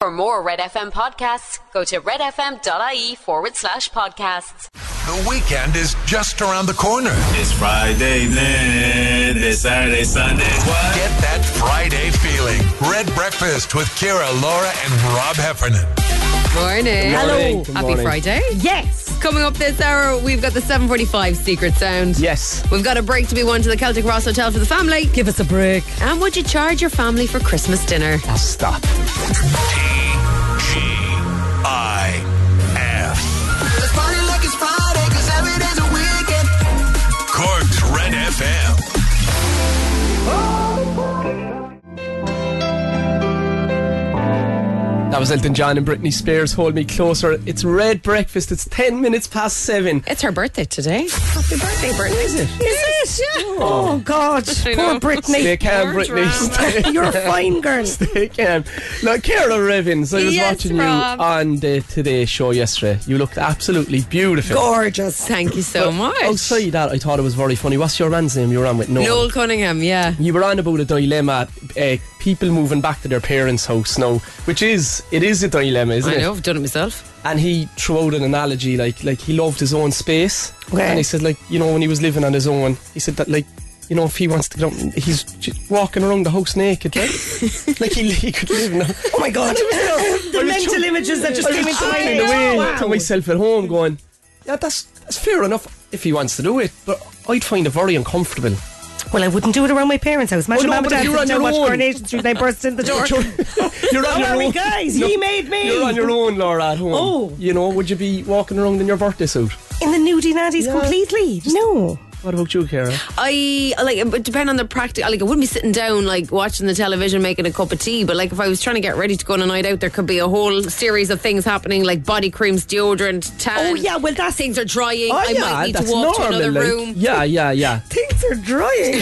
For more Red FM podcasts, go to redfm.ie forward slash podcasts. The weekend is just around the corner. It's Friday, then it's Saturday, Sunday. What? Get that Friday feeling. Red Breakfast with Kira, Laura, and Rob Heffernan. Morning. morning. Good Happy morning. Friday. Yes. Coming up this hour, we've got the 745 Secret Sound. Yes. We've got a break to be won to the Celtic Ross Hotel for the family. Give us a break. And would you charge your family for Christmas dinner? Stop. T G I F. Let's party like it's Friday, cause every day's a weekend. Cork's Red FM. That was Elton John and Britney Spears. Hold me closer. It's red breakfast. It's ten minutes past seven. It's her birthday today. Is it? Is it? Oh, God. Poor Stay Brittany. calm, Britney. Stay, You're a fine girl. stay calm. Now, Kara Revins, I was Yes, watching Rob. you on the Today Show yesterday. You looked absolutely beautiful. Gorgeous. Thank you so much. Outside that, I thought it was very funny. What's your man's name you were on with? Noel. Noel Cunningham, yeah. You were on about a dilemma. Uh, people moving back to their parents' house now, which is it is a dilemma, isn't I it? know, I've done it myself. and he threw out an analogy like like he loved his own space Okay. and he said like you know when he was living on his own he said that like you know if he wants to get out he's just walking around the house naked right like he, he could live now Oh, my God. the mental images that just I came was into my chuckling head. away Wow. to myself at home going yeah that's that's fair enough if he wants to do it but I'd find it very uncomfortable Well, I wouldn't do it around my parents' house. Imagine Oh, no, mum and but if dad you're sitting on down your watch own. Coronation Street and I burst in the door. you're, you're on How your are we, own guys? He made me. you're on your own Laura at home Oh. you know would you be walking around in your birthday suit In the nudie naddies completely. No. what about you Cara I like it would depend on the practical. Like I wouldn't be sitting down like watching the television making a cup of tea, but like if I was trying to get ready to go on a night out, there could be a whole series of things happening, like body creams, deodorant, tan. Oh, yeah, well, that's- things are drying. Oh, I yeah, might need to that's walk to normal, another like. room. yeah yeah yeah Things are drying.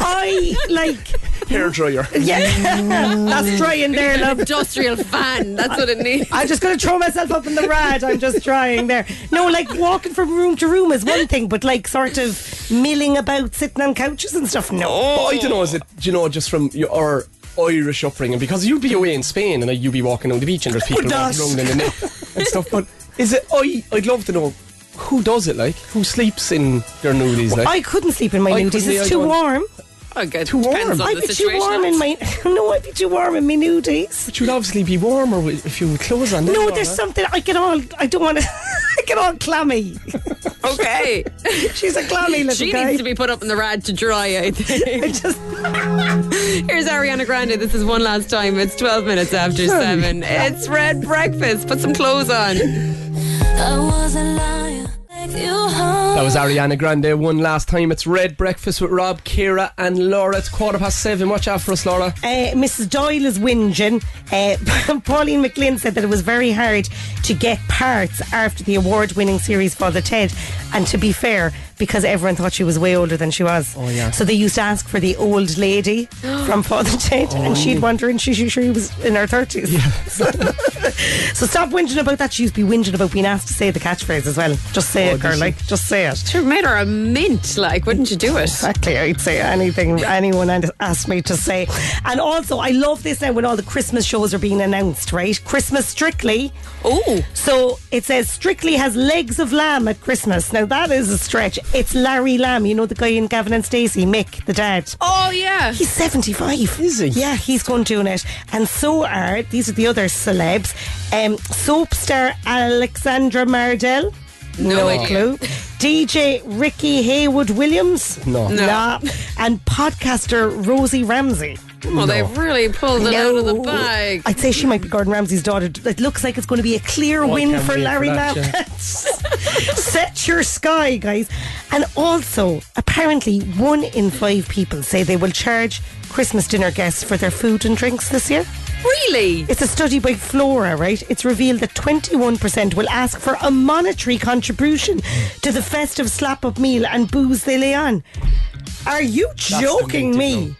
I like. hair dryer Yeah, that's drying there, love. Industrial fan. That's what it needs. I'm just going to throw myself up in the rad. I'm just trying there. No, like walking from room to room is one thing, but like sort of milling about, sitting on couches and stuff. No. Oh, But I don't know, is it, do you know, just from your Irish upbringing? Because you'd be away in Spain and like, you'd be walking down the beach and there's people Would walking not. around in the net and stuff. But is it, I, I'd love to know who does it like? Who sleeps in their nudies? Like? I couldn't sleep in my I nudies. couldn't It's either. too warm. Oh, good. Too warm. Depends on I'd the be too situation. warm in my. No, I'd be too warm in my nudies. but you'd obviously be warmer with, if you had clothes on. No, Laura. there's something I get all. I don't want to. I get all clammy. Okay. She's a clammy little she guy. needs to be put up in the rad to dry, I think. I just. Here's Ariana Grande. This is one last time. It's 12 minutes after 7. It's Red Breakfast. Put some clothes on. I was a liar. Take you home. That was Ariana Grande one last time. It's Red Breakfast with Rob, Kira, and Laura. It's quarter past seven. Watch out for us, Laura. Uh, Mrs. Doyle is whinging. Uh, Pauline McLean said that it was very hard to get parts after the award winning series Father Ted. And to be fair, because everyone thought she was way older than she was. Oh, yeah. So they used to ask for the old lady from Father Ted, Oh. and she'd wonder, and she, she, she was in her 30s. so stop whinging about that. She used to be whinging about being asked to say the catchphrase as well. Just Oh, say it, girl. Like, just say it. Sure, made her a mint. Like, wouldn't you do it? Exactly, I'd say anything anyone and- asked me to say. And also, I love this now when all the Christmas shows are being announced, right? Christmas Strictly. Oh, So it says Strictly has legs of lamb at Christmas. Now that is a stretch. It's Larry Lamb, you know the guy in Gavin and Stacey, Mick, the dad. oh yeah. He's 75. Is he? Yeah, he's going doing it. And so are, these are the other celebs, um, soap star Alexandra Mardell. No idea. clue. DJ Ricky Haywood Williams. No. No. Nah. And podcaster Rosie Ramsey. Well, they really pulled it out of the bag. I'd say she might be Gordon Ramsay's daughter. It looks like it's going to be a clear win can't for wait for Larry that, Lamb. Set your sky, guys. And also, apparently, one in five people say they will charge Christmas dinner guests for their food and drinks this year. Really? It's a study by Flora, right? It's revealed that 21% will ask for a monetary contribution to the festive slap up meal and booze they lay on. Are you joking amazing, me?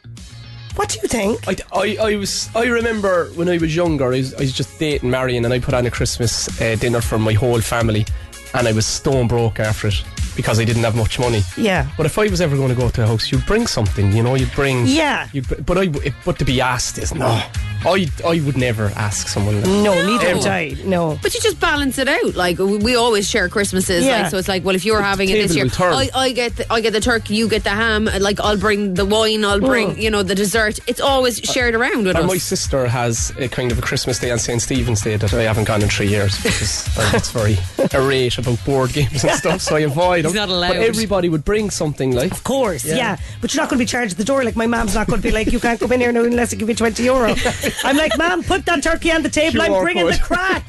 What do you think? I, I, I was I remember when I was younger I was, I was just dating Marion and I put on a Christmas uh, dinner for my whole family and I was stone broke after it because I didn't have much money Yeah. but if I was ever going to go to a house you'd bring something you know you'd bring Yeah. you'd, br- but I w- it- but to be asked is no I, I would never ask someone that. No, neither would I. No. But you just balance it out. Like we we always share Christmases, Yeah. like so it's like, well, if you're having it this table year, will turn. I, I get the, I get the turkey, you get the ham. and, Like I'll bring the wine, I'll bring Mm. you know the dessert. It's always shared around with And my us. sister has a kind of a Christmas Day and St. Stephen's Day that I haven't gone in three years because I was very irate about board games and stuff, so I avoid them. He's not allowed. But everybody would bring something like. Of course, yeah. But you're not going to be charged at the door. Like, my mom's not going to be like, you can't come in here now unless I give you 20 euro. I'm like, mom, put that turkey on the table. I'm QR bringing the code. crack.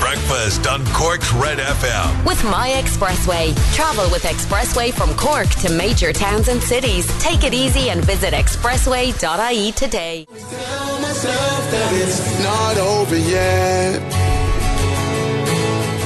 Breakfast on Cork's Red FM. With My Expressway. Travel with Expressway from Cork to major towns and cities. Take it easy and visit expressway.ie today. Tell myself that it's not over yet.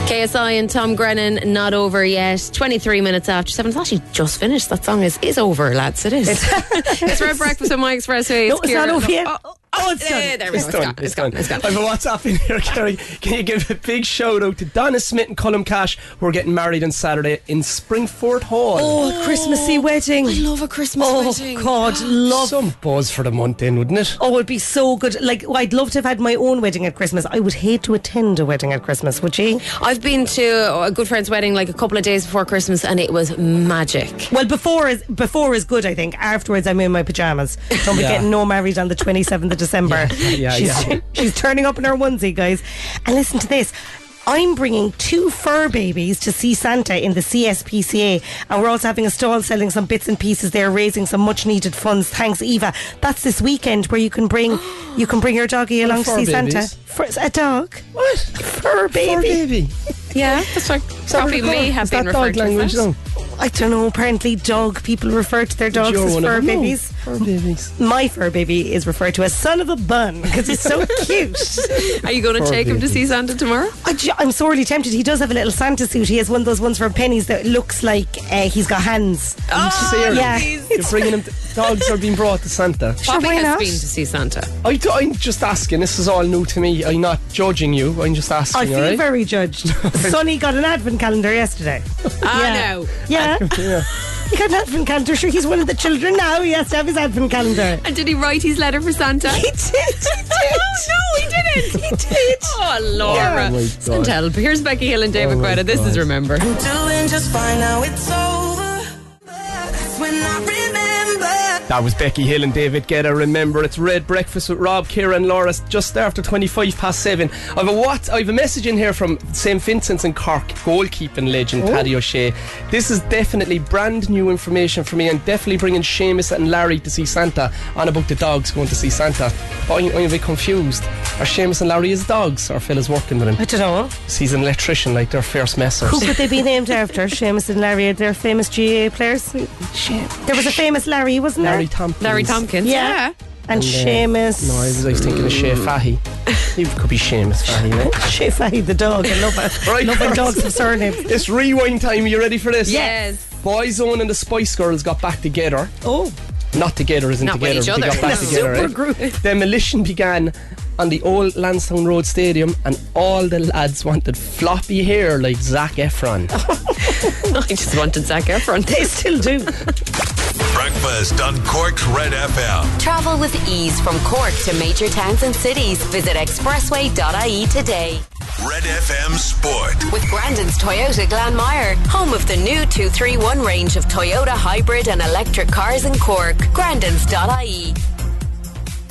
KSI and Tom Grennan, not over yet. Twenty three minutes after seven. It's actually just finished. That song is is over, lads. It is. it's Red Breakfast on my expressway. No, it's Ciara- not over yet. Oh, oh, it's yeah, done. yeah, there we go. It's gone. It's gone. It's gone. I've a WhatsApp in here, Kerry. Can you give a big shout out to Donna Smith and Colin Cash, who are getting married on Saturday in Springford Hall? Oh, a Christmassy wedding. I love a Christmas oh, wedding. God, love. Some buzz for the month in, wouldn't it? Oh, it'd be so good. Like, well, I'd love to have had my own wedding at Christmas. I would hate to attend a wedding at Christmas, would you? I've been to a good friend's wedding like a couple of days before Christmas, and it was magic. Well, before is before is good, I think. Afterwards, I'm in my pajamas. Don't be Yeah. getting no married on the 27th of December. yeah, she's, yeah. she's turning up in her onesie, guys. And listen to this. I'm bringing two fur babies to see Santa in the CSPCA, and we're also having a stall selling some bits and pieces there, raising some much-needed funds. Thanks, Eva. That's this weekend where you can bring you can bring your doggy along to fur see Santa. babies? For, a dog? What? Fur baby? Poor baby. Yeah, that's what probably may have Is been that dog referred to language as that. though? I don't know. Apparently, dog people refer to their dogs You're as one of fur them. No, babies. Fur babies. my fur baby is referred to as son of a bun because he's so cute. Are you going to Poor take him to baby. see Santa tomorrow? I ju- I'm sorely tempted. He does have a little Santa suit. He has one of those ones from pennies that looks like uh, he's got hands. Ah, Oh, Sarah, yeah. You're bringing him. Dogs are being brought to Santa. Bobby why has not? been to see Santa. I, am just asking. This is all new to me. I'm not judging you. I'm just asking. I feel all right? very judged. Sonny got an advent calendar yesterday. Ah, no. Yeah. He got an advent calendar. Sure, he's one of the children now. He has to have his advent calendar. And did he write his letter for Santa? He did. He did. Oh, no, he didn't. He did. Oh, Laura. Oh, my God. Send help. Here's Becky Hill and David Oh, my Guetta. This is God. Remember. Doing just fine now, it's over. That's when I remember. That was Becky Hill and David Guetta. Remember, it's Red Breakfast with Rob, Kira, and Laura just after 25 past 7. I've a what? I've a message in here from St. Vincent's and Cork goalkeeping legend Oh. Paddy O'Shea. This is definitely brand new information for me and definitely bringing Seamus and Larry to see Santa on about the dogs going to see Santa. But I'm, I'm a bit confused. Are Seamus and Larry his dogs or fellas working with I him? don't know. He's an electrician, like their first messers. Who could they be named after? Seamus and Larry, are they famous GA players. There was a famous Larry, wasn't there? Larry Tompkins. Larry Tompkins. Yeah. And Seamus. uh, No, I was, I was thinking of Shea Fahy. He could be Seamus Fahy, right? Shefai the dog. I love it. Right, love when Chris. dogs have surnames. It's rewind time. Are you ready for this? Yes. Boyzone and the Spice Girls got back together. Oh, Not together, isn't Not with together. but each other. They got back No. together. Super right? Demolition began on the old Lansdowne Road Stadium, and all the lads wanted floppy hair like Zac Efron. I just wanted Zac Efron. they still do. Breakfast on Cork's Red FM. Travel with ease from Cork to major towns and cities. Visit expressway.ie today. Red FM Sport. With Grandin's Toyota Glanmire, home of the new 231 range of Toyota hybrid and electric cars in Cork. Grandin's.ie.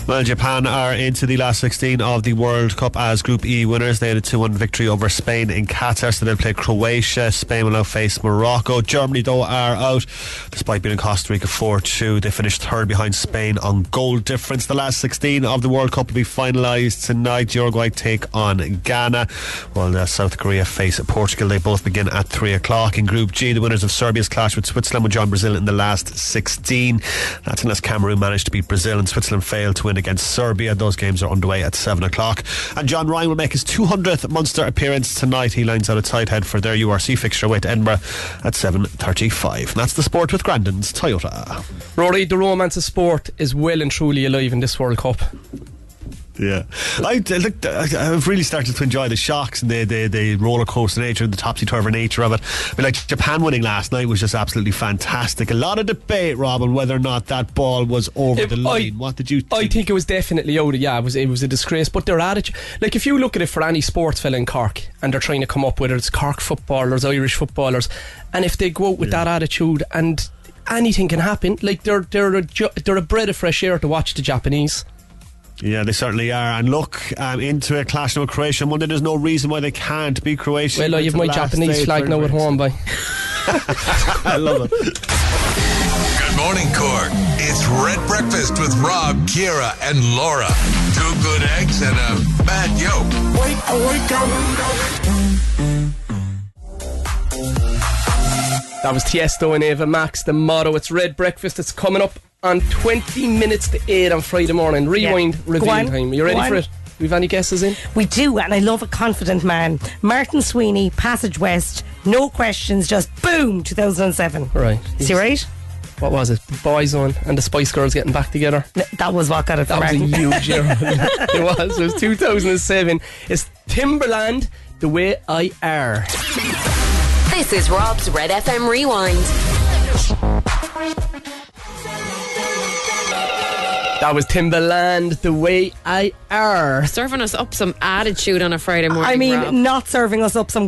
Well, Japan are into the last 16 of the World Cup as Group E winners. They had a 2 1 victory over Spain in Qatar, so they'll play Croatia. Spain will now face Morocco. Germany, though, are out despite beating Costa Rica 4 2. They finished third behind Spain on goal difference. The last 16 of the World Cup will be finalised tonight. Uruguay take on Ghana, while uh, South Korea face Portugal. They both begin at 3 o'clock. In Group G, the winners of Serbia's clash with Switzerland will join Brazil in the last 16. That's unless Cameroon managed to beat Brazil and Switzerland failed to win against Serbia. Those games are underway at 7 o'clock. And John Ryan will make his 200th Munster appearance tonight. He lines out a tight head for their URC fixture away to Edinburgh at 7.35. And that's the sport with Grandin's Toyota. Rory, the romance of sport is well and truly alive in this World Cup. Yeah, I I- look. I- I've really started to enjoy the shocks and the the, the roller coaster nature and the topsy turvy nature of it. I mean, like Japan winning last night was just absolutely fantastic. A lot of debate, Rob, on whether or not that ball was over If the line. what did you? I think it was definitely out. Yeah, it was. It was a disgrace. But their attitude, like if you look at it for any sports fella in Cork, and they're trying to come up whether it's Cork footballers, Irish footballers, and if they go out with that attitude and anything can happen, like they're they're a, ju- they're a breath of fresh air to watch the Japanese. Yeah, they certainly are. And look, um, into a clash now with Croatia Monday. There's no reason why they can't be Croatia. Well, I have my Japanese flag now at home, by. I love it. Good morning, Cork. It's Red Breakfast with Rob, Kira, and Laura. Two good eggs and a bad yolk. That was Tiesto and Ava Max. The motto: It's Red Breakfast. It's coming up on 20 minutes to eight on Friday morning. Rewind Go reveal on. time. You Go ready on. for it? We've any guesses in? We do, and I love a confident man. Martin Sweeney, Passage West, no questions, just boom, 2007. Right. Is he right? What was it? Boys on and the Spice Girls getting back together. Th- That was what got it for That was a Martin. huge year. it was. It was 2007. It's Timberland, The Way I Are. This is Rob's Red FM Rewind. That was Timberland, The Way I Are. Serving us up some attitude on a Friday morning. I mean, Rob. not serving us up some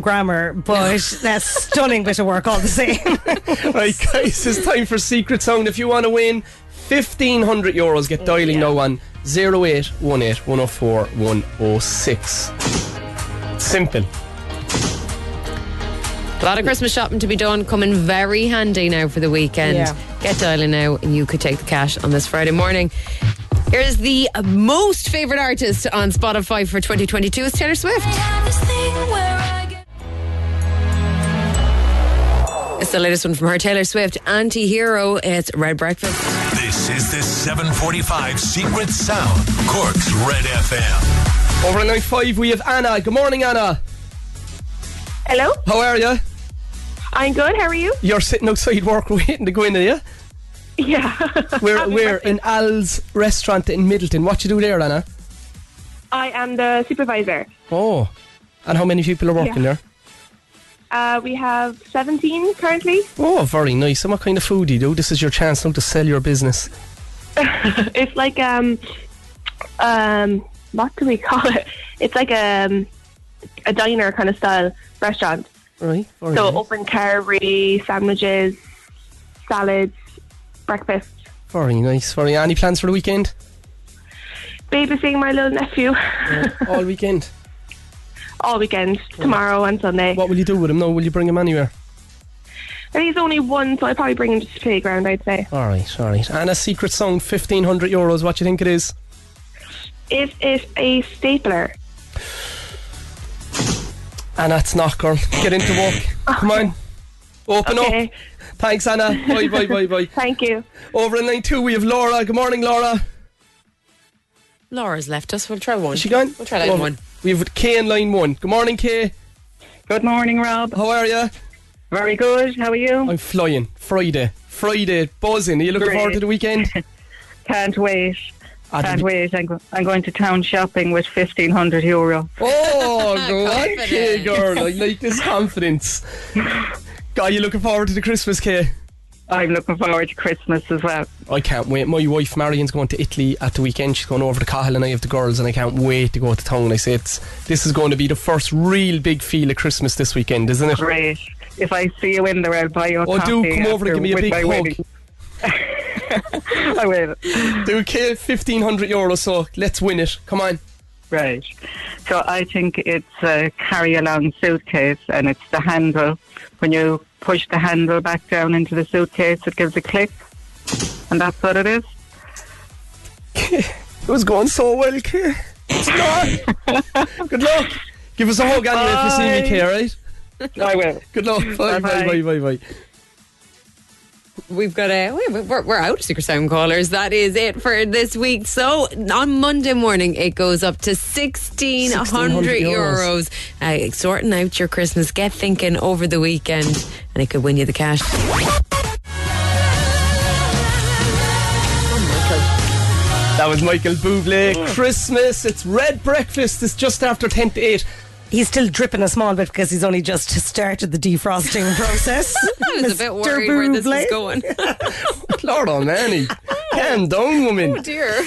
grammar, but that's stunning bit of work all the same. Right, guys, it's time for Secret Sound. If you want to win 1,500 euros, get dialing no one 0818 104 106. Simple. a lot of Christmas shopping to be done, coming very handy now for the weekend. Yeah. Get dialing now, and you could take the cash on this Friday morning. Here's the most favorite artist on Spotify for 2022 is Taylor Swift. have this thing where I get It's the latest one from her, Taylor Swift, Anti Hero. It's Red Breakfast. This is the 745 Secret Sound, Cork's Red FM. Over at 95, we have Anna. Good morning, Anna. Hello, How are you? I'm good. How are you? You're sitting outside work waiting to go in, are you? Yeah. We're, Happy we're birthday. in Al's restaurant in Middleton. What you do there, Anna? I am the supervisor. Oh. And how many people are working there? Uh, we have 17 currently. Oh, very nice. And what kind of food do you do? This is your chance now to sell your business. It's like um, um, what do we call it? It's like um, a diner kind of style restaurant. Right. Very So nice. open carry, sandwiches, salads, breakfast. Very nice. Very any plans for the weekend? Babysitting my little nephew All weekend. all weekend, tomorrow and Sunday. What will you do with him now? Will you bring him anywhere? And he's only one, so I probably bring him to the playground. I'd say All right, all right. And a secret song, fifteen hundred euros. What you think it is? it is a stapler. And that's not girl. Get into work. Come on. Open Oh, Okay, up. Thanks, Anna. Bye, bye, bye, bye. thank you. Over in line two, we have Laura. Good morning, Laura. Laura's left us. We'll try one. Is she gone? We'll try line Over. one. We have Kay in line one. Good morning, Kay. Good morning, Rob. How are you? Very good. How are you? I'm flying. Friday. Friday. Buzzing. Are you looking Great. forward to the weekend? Can't wait. Ah, did Can't we- wait. I'm, go- I'm going to town shopping with 1500 euro. Oh, go on, Kay, Confidence. girl. I like this confidence. Are you looking forward to the Christmas, Kay? I'm looking forward to Christmas as well. I can't wait. My wife Marion's going to Italy at the weekend. She's going over to Cahill and I have the girls, and I can't wait to go to town. I say it's this is going to be the first real big feel of Christmas this weekend, isn't it? Great. If I see you in there, I'll buy you a Oh, coffee. do come over and give me a after- with big my hug. wedding. I will. Do okay, fifteen hundred euros. So let's win it. Come on. Right. So I think it's a carry along suitcase and it's the handle. When you push the handle back down into the suitcase, it gives a click. And that's what it is. It was going so Oh, well, Kay. It's not. Good luck. Give us a hug anyway if you see me, Kay. all Right. I will. Good luck. Bye, bye, bye, Bye-bye. bye, bye. We've got a we- we- we're, we're out of secret sound callers. That is it for this week. So on Monday morning, it goes up to sixteen hundred 1,600 euros. euros. Uh, sorting out your Christmas, get thinking over the weekend, and it could win you the cash. That That was Michael Bublé. Christmas. It's Red Breakfast. It's just after 10 to 8. He's still dripping a small bit because he's only just started the defrosting process. I was a bit Mr. worried where this Bublé. is going. Lord Almighty. Calm down, woman. oh dear.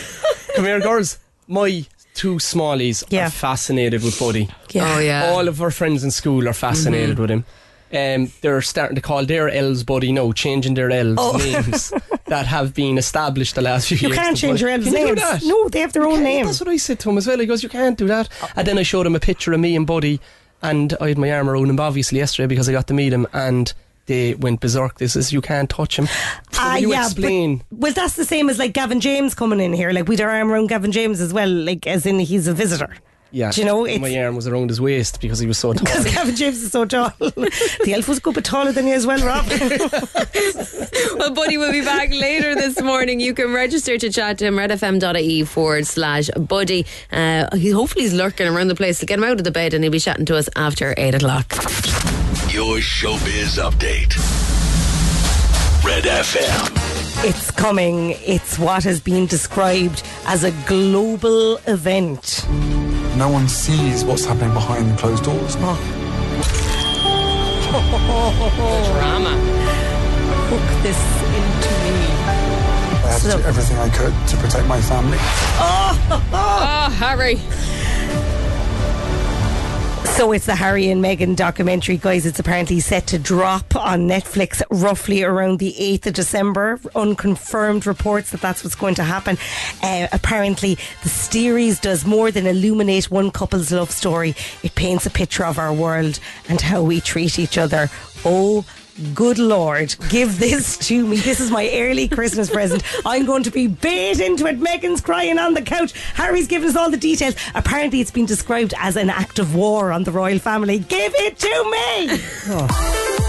Come here, girls. My two smallies Yeah. are fascinated with Buddy. Yeah. Mm-hmm. Oh yeah. All of our friends in school are fascinated with him. Um, they're starting to call their elves Buddy now, changing their elves names that have been established the last few Oh. You years. can't to change Buddy. your elves' Can you do names. that? No, they have their own name. That's what I said to him as well. He goes, "You can't do that." Oh. And then I showed him a picture of me and Buddy, and I had my arm around him obviously yesterday because I got to meet him, and they went berserk. This is you can't touch him. So Ah, will you yeah, but- explain. well, that's the same as like Gavin James coming in here. Like we'd our arm around Gavin James as well, like as in he's a visitor. yeah, Do you know my it's arm was around his waist because he was so tall. because Gavin James is so tall. the elf was a good bit taller than you as well, Rob. Well, Buddy will be back later this morning. You can register to chat to him, redfm.ie forward slash Buddy. Uh, he hopefully he's lurking around the place. He'll get him out of the bed and he'll be chatting to us after 8 o'clock. Your showbiz update. Red FM. it's coming. It's what has been described as a global event. No one sees what's happening behind closed doors. Drama. Hook this into me. I had to do everything I could to protect my family. Oh, Harry. So it's the Harry and Meghan documentary, guys. It's apparently set to drop on Netflix roughly around the 8th of December. Unconfirmed reports that that's what's going to happen. Uh, apparently, the series does more than illuminate one couple's love story. It paints a picture of our world and how we treat each other. Oh, good Lord, give this to me. This is my early Christmas present. I'm going to be bait into it. Megan's crying on the couch. Harry's given us all the details. Apparently, it's been described as an act of war on the royal family. Give it to me. Oh.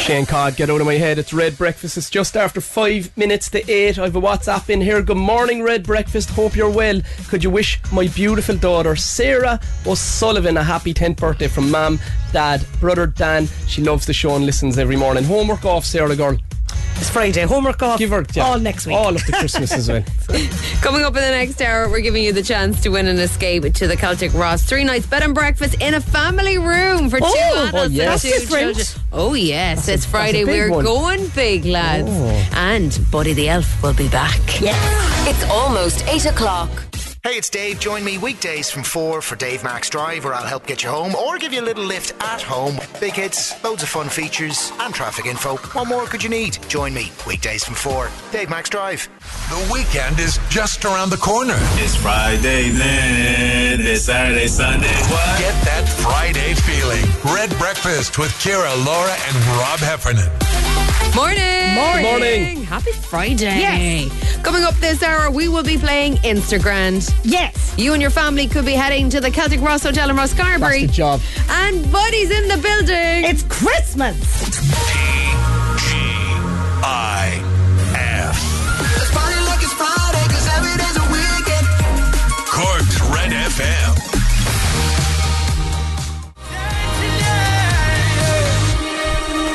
Shane Codd, get out of my head. It's Red Breakfast. It's just after five minutes to eight. I have a WhatsApp in here. Good morning, Red Breakfast. Hope you're well. Could you wish my beautiful daughter, Sarah O'Sullivan, a happy 10th birthday from Mam, Dad, Brother Dan? She loves the show and listens every morning. Homework off, Sarah girl. It's Friday. Homework off. Give her yeah, all next week. All of the Christmas as well. Coming up in the next hour, we're giving you the chance to win an escape to the Celtic Ross. Three nights bed and breakfast in a family room for two Oh, adults oh, and yes. two That's different. children. Oh, yes. it's Friday. big We're one. Oh. going big, lads. And Buddy the Elf will be back. It's almost 8 o'clock. Hey, it's Dave. Join me weekdays from 4 for Dave Max Drive, where I'll help get you home or give you a little lift at home. Big hits, loads of fun features, and traffic info. What more could you need? Join me weekdays from 4. Dave Max Drive. The weekend is just around the corner. It's Friday, then it's Saturday, Sunday. What? Get that Friday feeling. Red Breakfast with Kira, Laura, and Rob Heffernan. Morning. Morning. Morning. Happy Friday. Coming up this hour, we will be playing Instagram. Yes. You and your family could be heading to the Celtic Ross Hotel in That's the Roscarbury. job. And Buddy's in the building. It's Christmas. G I F. Cork's Red FM.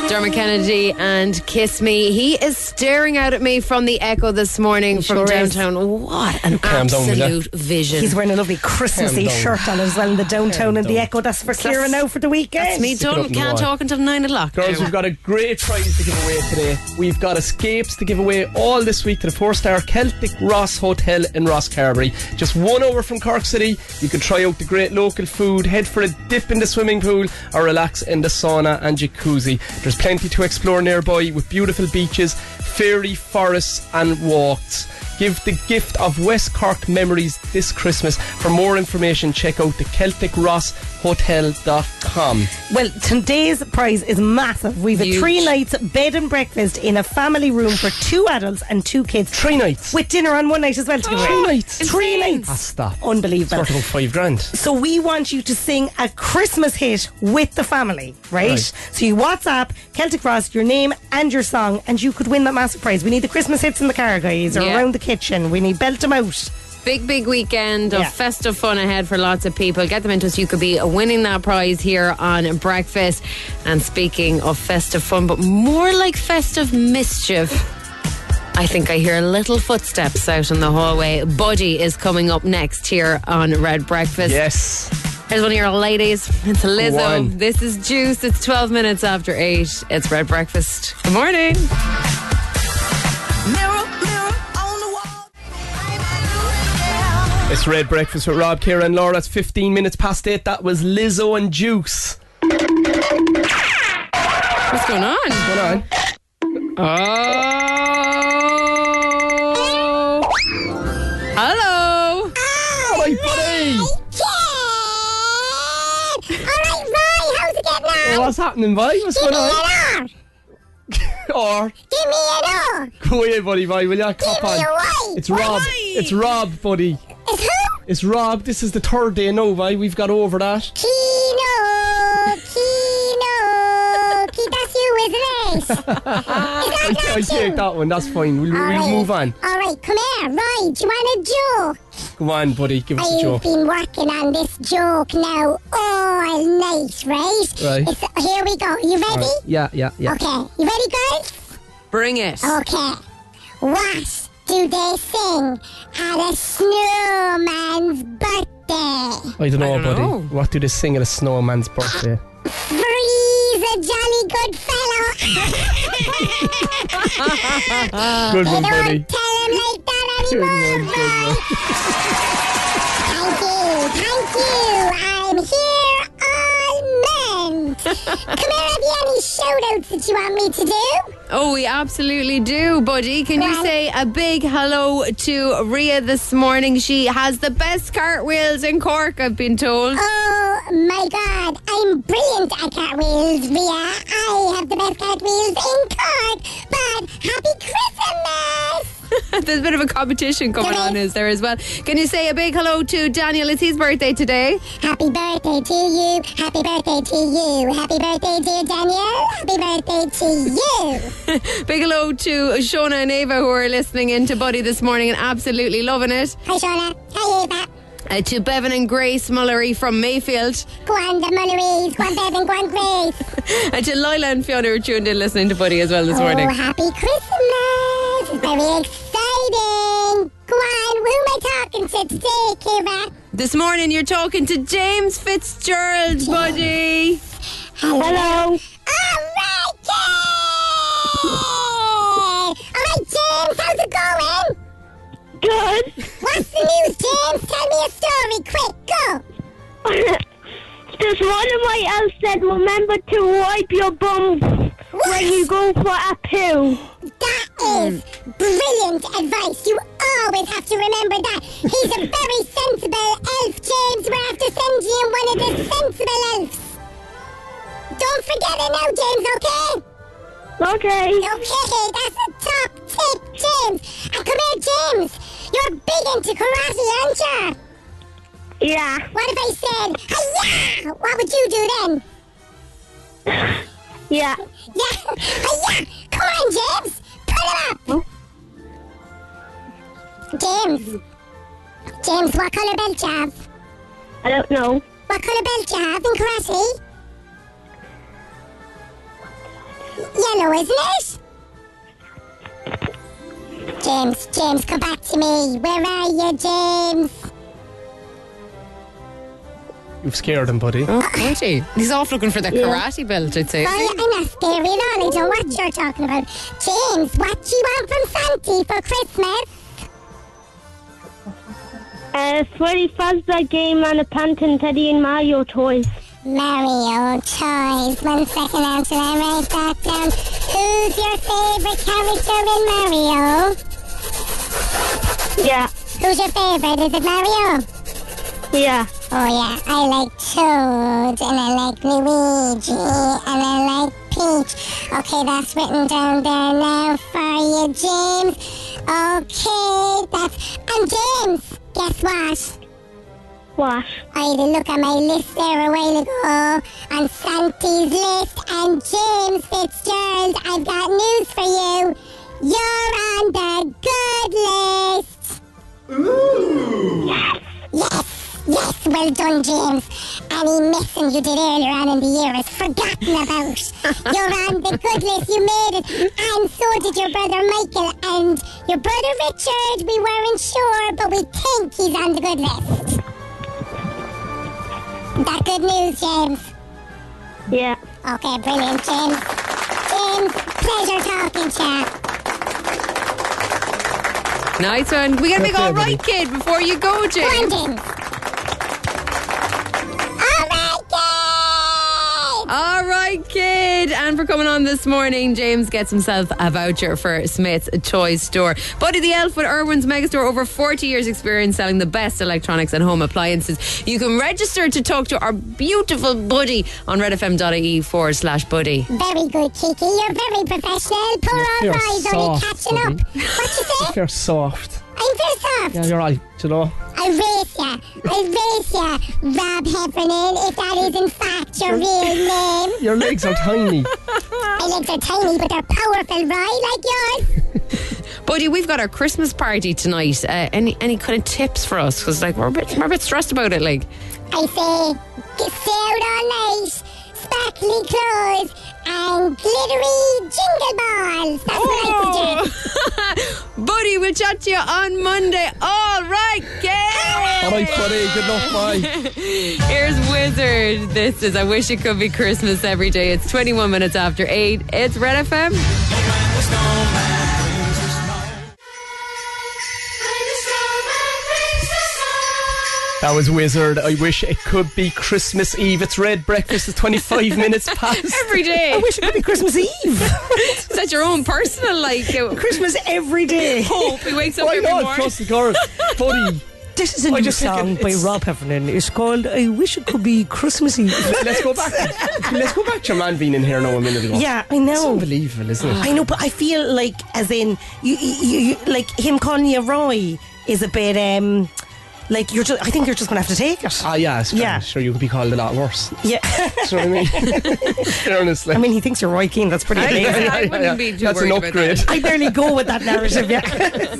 Dermot Kennedy and Kiss Me. He is staring out at me from the echo this morning from sure is. downtown. What an Calm down, will ya? absolute vision. He's wearing a lovely Christmassy Hand on. shirt on as well in the downtown and the on. echo. That's for Kira now for the weekend. That's me it up done. in the Can't wall. talk until nine o'clock. Girls, now. we've got a great prize to give away today. We've got escapes to give away all this week to the four star Celtic Ross Hotel in Ross Carberry. Just one hour from Cork City. You can try out the great local food, head for a dip in the swimming pool, or relax in the sauna and jacuzzi. There's plenty to explore nearby with beautiful beaches, fairy forests, and walks. Give the gift of West Cork memories this Christmas. For more information, check out the Celtic Ross Hotel.com. Well, today's prize is massive. We've a Huge. three nights bed and breakfast in a family room for two adults and two kids. Three nights. With dinner on one night as well to give Three away. nights? Three Insane. nights. stop. Unbelievable. It's worth about five grand. So we want you to sing a Christmas hit with the family, right? Right. So you WhatsApp Celtic Frost your name and your song, and you could win that massive prize. We need the Christmas hits in the car, guys, or Yeah. around the kitchen. We need belt them out. Big, big weekend of Yeah. festive fun ahead for lots of people. Get them into us. You could be winning that prize here on Breakfast. And speaking of festive fun, but more like festive mischief, I think I hear little footsteps out in the hallway. Buddy is coming up next here on Red Breakfast. Yes. Here's one of your ladies. It's Go Lizzo. on. This is Juice. It's 12 minutes after 8. It's Red Breakfast. Good morning. It's Red Breakfast with Rob, Kira, and Laura. It's 15 minutes past 8. That was Lizzo and Juice. What's going on? What's going on? Oh. Hello. Hi, buddy. Oh, What's happening, buddy? What's Give going me on? Or Give me an go away, buddy, buddy. Will you cop me on? a why. It's Why? Rob. It's Rob, buddy. It's who? It's Rob. This is the third day now, buddy. We've got over that. Kino, Kino, Key, that's you, isn't it? I, I take that one. That's fine. We'll, All we'll right. move on. All right, come here, right? Do you want a joke? Come on, buddy. Give us a I've joke. been working on this joke now all night, right? Right. It's, here we go. You ready? Alright. Yeah, yeah, yeah. Okay, you ready, guys? Bring it. Okay. What do they sing at a snowman's birthday? I don't know, buddy. What do they sing at a snowman's birthday? Freeze a jolly good fellow. Good they one, don't buddy. tell him like that Good anymore. one, good one. Thank you, thank you. I'm here all month. Come here, have you any shout outs that you want me to do? Oh, we absolutely do, buddy. Can you say a big hello to Ria this morning? She has the best cartwheels in Cork, I've been told. Oh my god, I'm brilliant at cartwheels, Ria. I have the best cartwheels in Cork, but happy Christmas! There's a bit of a competition going on, is there as well? Can you say a big hello to Daniel? It's his birthday today. Happy birthday to you, happy birthday to you, happy birthday dear Danielle, happy birthday to you. Big hello to Shona and Ava who are listening in to Buddy this morning and absolutely loving it. Hi, Shona. Hi, Ava. Uh, to Bevan and Grace Mullery from Mayfield. Go on, the Mulleries, go on, Bevan, go on, Grace. and Uh, to Lila and Fiona who are tuned in listening to Buddy as well this morning. Oh, happy Christmas! It's very exciting. Go on, who am I talking to today, Kira? This morning you're talking to James Fitzgerald, buddy. Hello. All right, James, how's it going? Good. What's the news, James? Tell me a story, quick, go. There's one of my elves said, remember to wipe your bum when you go for a poo. That is brilliant advice. You always have to remember that. He's a very sensible elf, James. We're after sending you one of the sensible elves. Don't forget it now, James, okay? Okay. Okay, that's a top tip, James. And come here, James. You're big into karate, aren't you? Yeah. What if I said, hiya? What would you do then? Yeah. Yeah, hiya. Come on, James. Pull it up. James. James, what colour belt you have? I don't know. What colour belt you have in karate? Yellow, isn't it? James, James, come back to me. Where are you, James? You've scared him, buddy. Buddy. Oh, He's off looking for the Yeah. karate belt, I'd say. Sorry, I'm not scary at all. I don't know what you're talking about. James, what do you want from Santi for Christmas? Uh, Freddy Fazbear game and a Panton Teddy and Mario toys. Mario toys. One second now, should I write that down? Who's your favourite character in Mario? Yeah. Who's your favourite? Is it Mario? Yeah. Oh yeah, I like Toad and I like Luigi and I like Peach. Okay, that's written down there now for you, James. Okay, that's and James. Guess what? What? I had a look at my list there a while ago on Santi's list and James Fitzgerald. I've got news for you. You're on the good list. Yes, yes, yes. Well well done, James. Any mixing you did earlier on in the year is forgotten about. You're on the good list, you made it. And so did your brother Michael and your brother Richard. We weren't sure, but we think he's on the good list. That good news, James. Yeah. Okay, brilliant, James. James, pleasure talking to you. Nice one. We gotta make Okay, all right, kid, before you go, James. All right, kid. And for coming on this morning, James gets himself a voucher for Smith's Toy Store. Buddy the Elf with Irwin's Megastore, over 40 years experience selling the best electronics and home appliances. You can register to talk to our beautiful buddy on redfm.ie E forward slash buddy. Very good, Kiki. You're very professional. Poor old You're Roy's only soft, catching buddy. up. What you say? You're soft. I'm very soft. Yeah, you're right, you know. I race ya. I race ya, Rob Heffernan, if that is in fact your real name. Your legs are tiny. My legs are tiny, but they're powerful, right? Like yours. Buddy, we've got our Christmas party tonight. Uh, any any kind of tips for us? Because like we're a bit we're a bit stressed about it. Like I say, get out all night, sparkly clothes, and glittery jingle balls. That's what I suggest. Buddy, we'll chat to you on Monday. All right, kid. All right, buddy. Good luck. Bye. Here's Wizard. This is I Wish It Could Be Christmas Every Day. It's 21 minutes after 8. It's Red FM. That was Wizard. I wish it could be Christmas Eve. It's Red Breakfast. It's 25 minutes past. Every day. I wish it could be Christmas Eve. is that your own personal, like, uh, Christmas every day. hope? He wakes up Why every not? morning. Cross the guard. Buddy. This is a I new just think song it- by it's- Rob Heffernan. It's called I Wish It Could Be Christmas Eve. Let's go back. Let's go back to your man being in here now a minute ago. Yeah, I know. It's unbelievable, isn't it? I know, but I feel like, as in, you, you, you- you like him calling you Roy is a bit, um, like you're. Just, I think you're just gonna have to take it. Ah, yeah, it's Yeah. yeah. sure you could be called a lot worse. Yeah. Do you know what I mean? Honestly. I mean, he thinks you're Roy Keane. That's pretty I- I- amazing. I- I wouldn't Yeah, be too that's an worried about upgrade. that. I barely go with that narrative. Yeah.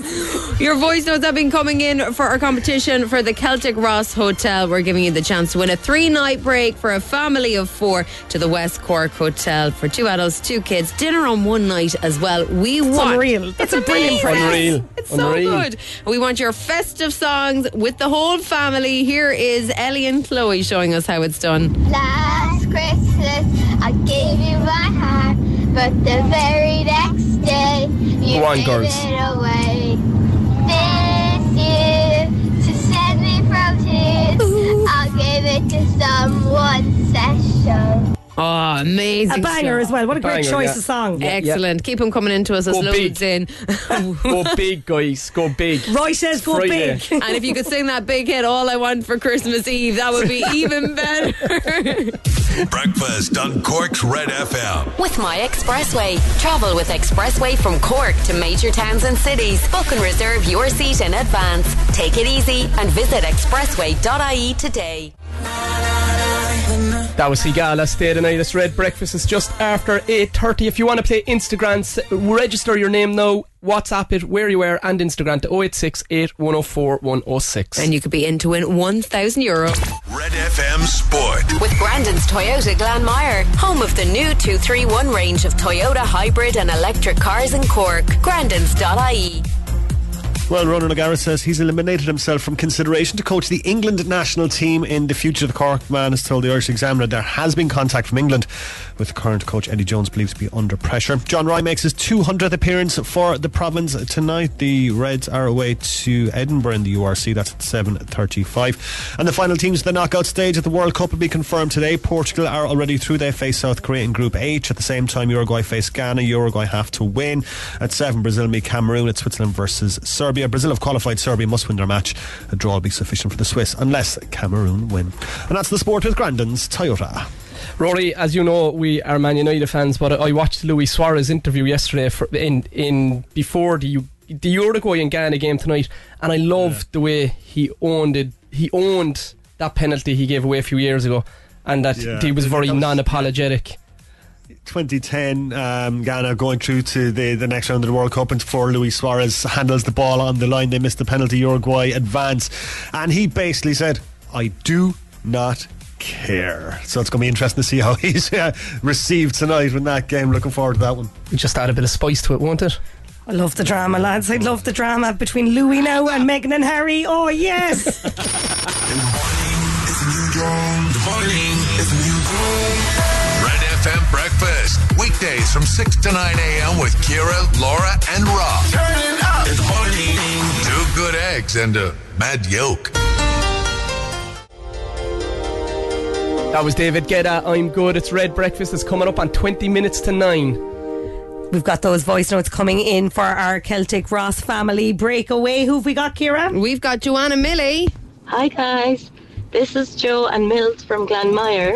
Your voice notes have been coming in for our competition for the Celtic Ross Hotel. We're giving you the chance to win a three night break for a family of four to the West Cork Hotel for two adults, two kids, dinner on one night as well. We It's want. unreal. That's a brilliant amazing. prize. Unreal. It's Unreal. so good. We want your festive songs with the whole family. Here is Ellie and Chloe showing us how it's done. Last Christmas, I gave you my heart, but the very next day, you Go on, gave girls. it away. This year, to save me from tears, I'll give it to someone special. Oh, amazing. A banger as well. What a great Banger, choice yeah. of song. Yeah, yeah. Excellent. Keep them coming into us as Go loads big. in. Go big, guys. Go big. Roy says go Friday. big. And if you could sing that big hit, All I Want for Christmas Eve, that would be even better. Breakfast on Cork's Red FM. With My Expressway, travel with Expressway from Cork to major towns and cities. Book and reserve your seat in advance. Take it easy and visit expressway.ie E today. That was Higala. Stay the night. It's Red Breakfast. It's just after 8.30. If you want to play Instagram, s- register your name now. WhatsApp it where you are and Instagram to 086 8104 106. and you could be in to win 1,000 euro. Red FM Sport. With Grandin's Toyota Glanmire, home of the new 231 range of Toyota hybrid and electric cars in Cork. Grandin's.ie. Well, Ronan O'Gara says he's eliminated himself from consideration to coach the England national team in the future. The Cork man has told the Irish Examiner there has been contact from England, with current coach Eddie Jones believed to be under pressure. John Rye makes his 200th appearance for the province tonight. The Reds are away to Edinburgh in the URC. That's at 7.35. And the final teams of the knockout stage at the World Cup will be confirmed today. Portugal are already through. They face South Korea in Group H. At the same time, Uruguay face Ghana. Uruguay have to win. At 7, Brazil meet Cameroon. At Switzerland versus Serbia. Brazil have qualified. Serbia must win their match. A draw will be sufficient for the Swiss, unless Cameroon win. And that's the sport with Grandin's Toyota. Rory, as you know, we are Man United fans, but I watched Luis Suarez interview yesterday for, in in before the U- the Uruguay and Ghana game tonight, and I loved the way he owned it. He owned that penalty he gave away a few years ago, and that Yeah. he was very That was- non-apologetic. 2010, um, Ghana going through to the, the next round of the World Cup, and for Luis Suarez handles the ball on the line. They missed the penalty. Uruguay advance, and he basically said, I do not care. So it's going to be interesting to see how he's uh, received tonight in that game. Looking forward to that one. Just add a bit of spice to it, won't it? I love the drama, lads. I love the drama between Louis now and Meghan and Harry. Oh, yes. It's a new dawn. The morning is a new dawn. Red FM Breakfast. Weekdays from 6 to 9 a.m. with Kira, Laura, and Rob. Turn it up. It's morning. Two good eggs and a mad yolk. That was David Guetta. I'm good. It's Red Breakfast. It's coming up on 20 minutes to 9. We've got those voice notes coming in for our Celtic Ross family breakaway. Who've we got, Kira? We've got Joanna Millie. Hi guys, this is Joe and Mills from Glenmire.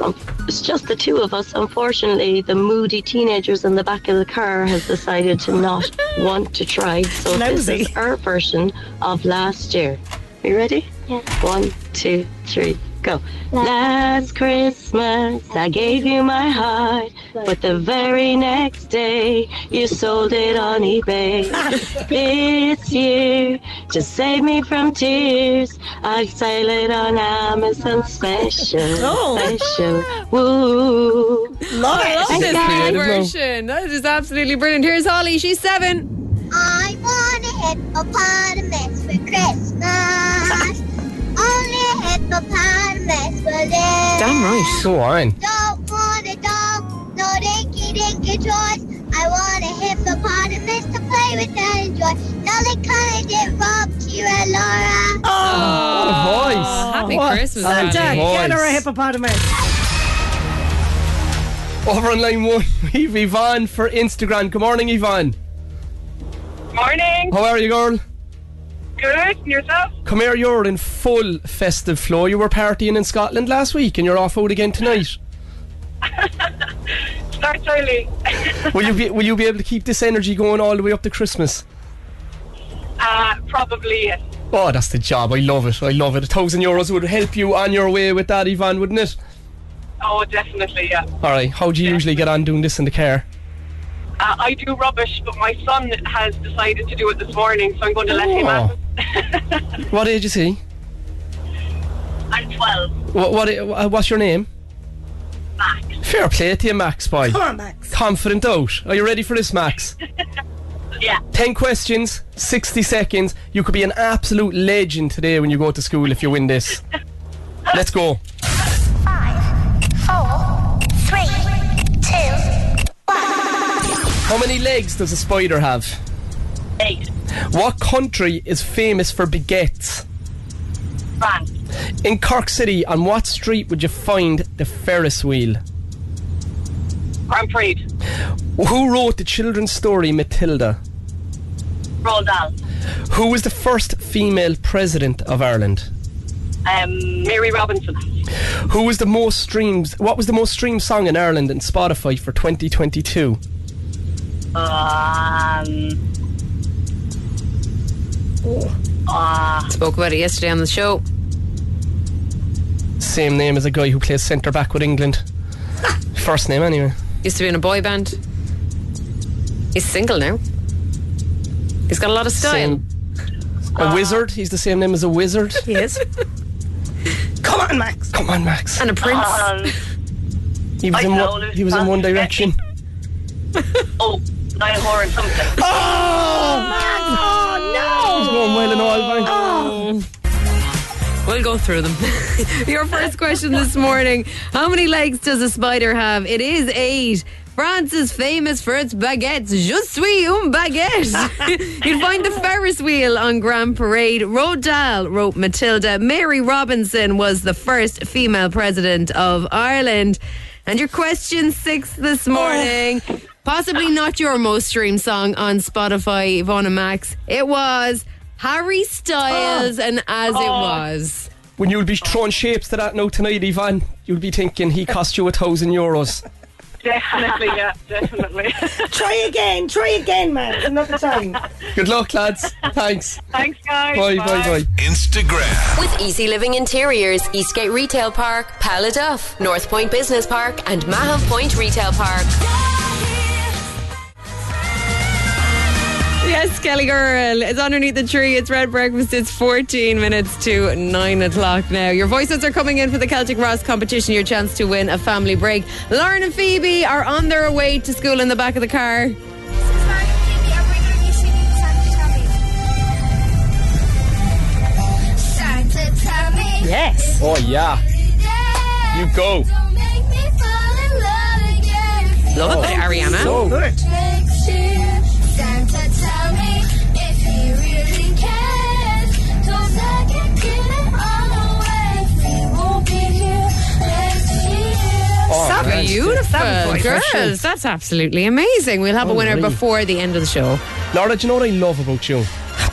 Um, It's just the two of us. Unfortunately, the moody teenagers in the back of the car has decided to not want to try. So this is our version of last year. You ready? Yeah. One, two, three, go. Last Christmas, I gave you my heart, but the very next day, you sold it on eBay. this year, to save me from tears, I'll sell it on Amazon special. Special. Woo. Oh, I Oh. love Thanks, this guys. live version. That is absolutely brilliant. Here's Holly. She's seven. I want a hippopotamus for Christmas. Only a hippopotamus will live. right. Go on. Don't want a dog, no dinky dinky toys. I want a hippopotamus to play with and enjoy. Nelly colored it, Rob, Kira, Laura. Oh, what a voice. Happy What Christmas, a Santa, get her a voice. hippopotamus. Over on line one, we've Yvonne for Instagram. Good morning, Yvonne. Morning. How are you, girl? Good. Yourself? Come here, you're in full festive flow. You were partying in Scotland last week and you're off out again tonight. Starts early. will you be will you be able to keep this energy going all the way up to Christmas? Uh, probably yes. Oh, that's the job. I love it. I love it. A thousand euros would help you on your way with that, Yvonne, wouldn't it? Oh, definitely, yeah. Alright, how do you usually get on doing this in the car? Uh, I do rubbish, but my son has decided to do it this morning, so I'm going to let him Oh. at What age is he? it. I'm 12. What, what uh, what's your name? Max. Fair play to you, Max boy. Come on, Max. Confident out. Are you ready for this, Max? Yeah. 10 questions, 60 seconds. You could be an absolute legend today when you go to school if you win this. Let's go. Four, three, two, How many legs does a spider have? Eight. What country is famous for baguettes? France. In Cork City, on what street would you find the Ferris wheel? Grand Prix. Who wrote the children's story Matilda? Roald Dahl. Who was the first female president of Ireland? Um, Mary Robinson. Who was the most streams? What was the most streamed song in Ireland and Spotify for 2022? Um. Ah. Spoke about it yesterday on the show. Same name as a guy who plays centre back with England. Ah. First name anyway. Used to be in a boy band. He's single now. He's got a lot of ah. style. Same. A wizard. He's the same name as a wizard. He is. Come on, Max. Come on, Max. And a prince. He was Uh-huh. I in know one, this he was in man. One Direction. oh, Niall Horan something. Oh. Oh! He's going well and all, bang. Oh. We'll go through them. Your first question this morning How many legs does a spider have? It is eight. France is famous for its baguettes. Je suis un baguette. You'd find the Ferris wheel on Grand Parade. Roald Dahl wrote Matilda. Mary Robinson was the first female president of Ireland. And your question six this morning. Possibly not your most streamed song on Spotify, Yvonne and Max. It was Harry Styles and As It Oh. Was. When you'll be throwing shapes to that now tonight, Ivan, you'll be thinking he cost you a thousand euros. Definitely, yeah, definitely. Try again. Try again, Max. Another time. Good luck, lads. Thanks. Thanks, guys. Bye, bye, bye. Instagram. With Easy Living Interiors, Eastgate Retail Park, Paladuff, North Point Business Park, and Mahav Point Retail Park. Yes, Kelly Girl. It's underneath the tree. It's Red Breakfast. It's 14 minutes to 9 o'clock now. Your voices are coming in for the Celtic Ross competition. Your chance to win a family break. Lauren and Phoebe are on their way to school in the back of the car. Yes. Oh, yeah. You go. Love it, Ariana. Oh, So good. Oh, So beautiful. nice. Girls, that's absolutely amazing. We'll have a Oh, winner really? before the end of the show. Laura, do you know what I love about you?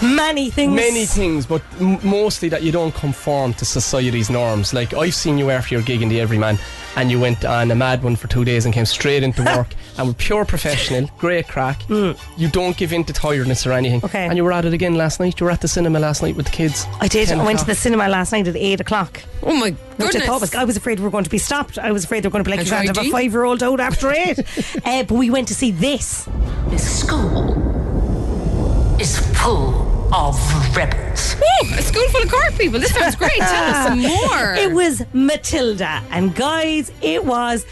Many things. Many things, but m- mostly that you don't conform to society's norms. Like, I've seen you after your gig in the Everyman, and you went on a mad one for two days and came straight into work and were pure professional, great crack. You don't give in to tiredness or anything. Mm. Okay. And you were at it again last night. You were at the cinema last night with the kids. I did. 10 I went to o'clock. the cinema last night at eight o'clock. Oh my Which I, goodness. thought was, I was afraid we were going to be stopped. I was afraid they were going to be like, And you can't have a tidy. five year old out after eight. uh, but we went to see this. This school is full of rebels. a school full of court people. This sounds great. Tell us some more. It was Matilda. And guys, it was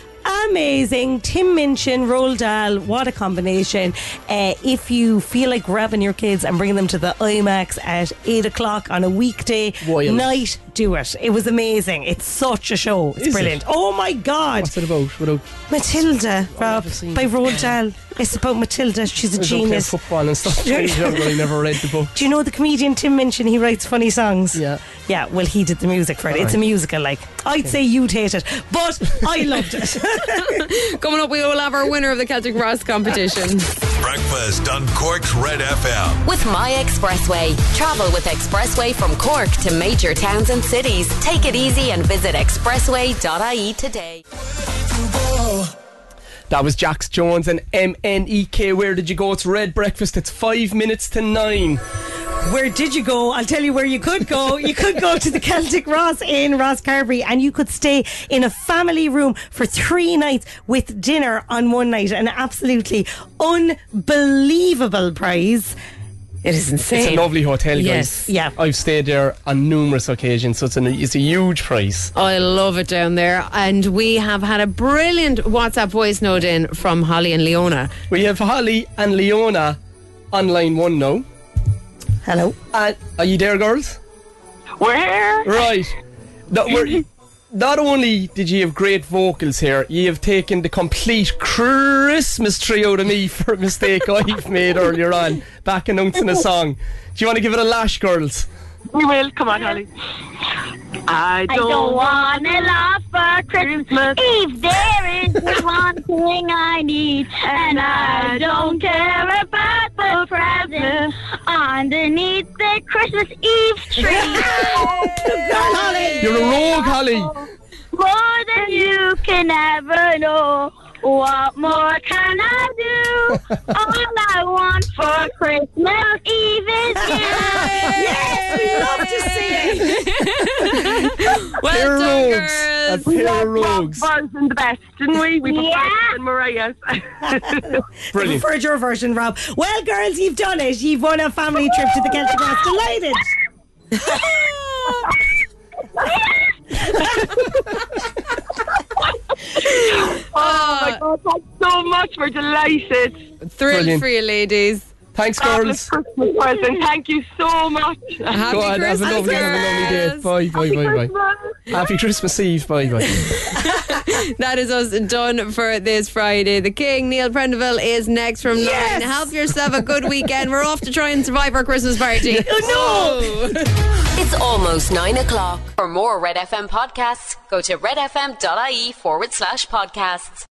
amazing. Tim Minchin, Roald Dahl, what a combination. Uh, if you feel like grabbing your kids and bringing them to the IMAX at 8 o'clock on a weekday Wild. night, do it. It was amazing. It's such a show. It's Is it? brilliant. Oh my God. What's it about? Without Matilda, Rob, by Roald Dahl. It's about Matilda. She's a I was out playing genius. football and stuff. I really never read the book. Do you know the comedian Tim Minchin? He writes funny songs. Yeah. Yeah, well, he did the music for it. It's a Alright. musical, like. I'd say you'd hate it, but I loved it. Coming up, we will have our winner of the Celtic Ross competition. Breakfast on Cork's Red FM. With My Expressway, travel with Expressway from Cork to major towns and cities. Take it easy and visit expressway.ie E today. That was Jax Jones and MNEK. Where did you go? It's Red Breakfast. It's five minutes to nine. Where did you go? I'll tell you where you could go. You could go to the Celtic Ross in Ross and you could stay in a family room for three nights with dinner on one night. An absolutely unbelievable prize. It is insane. It's a lovely hotel, guys. Yes. Yeah. I've stayed there on numerous occasions, so it's, an, it's a huge price. I love it down there. And we have had a brilliant WhatsApp voice note in from Holly and Leona. We have Holly and Leona on line one now. Hello. Uh, are you there, girls? Where? Right. No, we're, not only did you have great vocals here, you have taken the complete Christmas tree out of me for a mistake I've made earlier on, back announcing a song. Do you want to give it a lash, girls? We will. Come on, Holly. I I don't want a lot for Christmas. If there is one thing I need, and I don't care about the present underneath the Christmas Eve tree. You're a rogue, Holly. More than you can ever know. What more can I do? All I want for Christmas Eve is you. yes, we love to see it. Well done, rogues. girls. A pair of rogues. Buzz and the best, didn't we? We Yeah. yeah. and Oh Mariah's. Brilliant. Preferred your version, Rob. Well, girls, you've done it. You've won a family trip to the Celtic Ross. Delighted. oh my god, thanks so much. We're delighted. Thrilled for you, ladies. Thanks, girls. Christmas present. Thank you so much. Go on, have a lovely, have a lovely day. Bye, bye, bye, bye. Happy Christmas Eve. Bye, bye. That is us done for this Friday. The King, Neil Prendeville, is next from Yes. nine. Help yourself a good weekend. We're off to try and survive our Christmas party. Oh, no! it's almost nine o'clock. For more Red FM podcasts, go to redfm.ie forward E slash podcasts.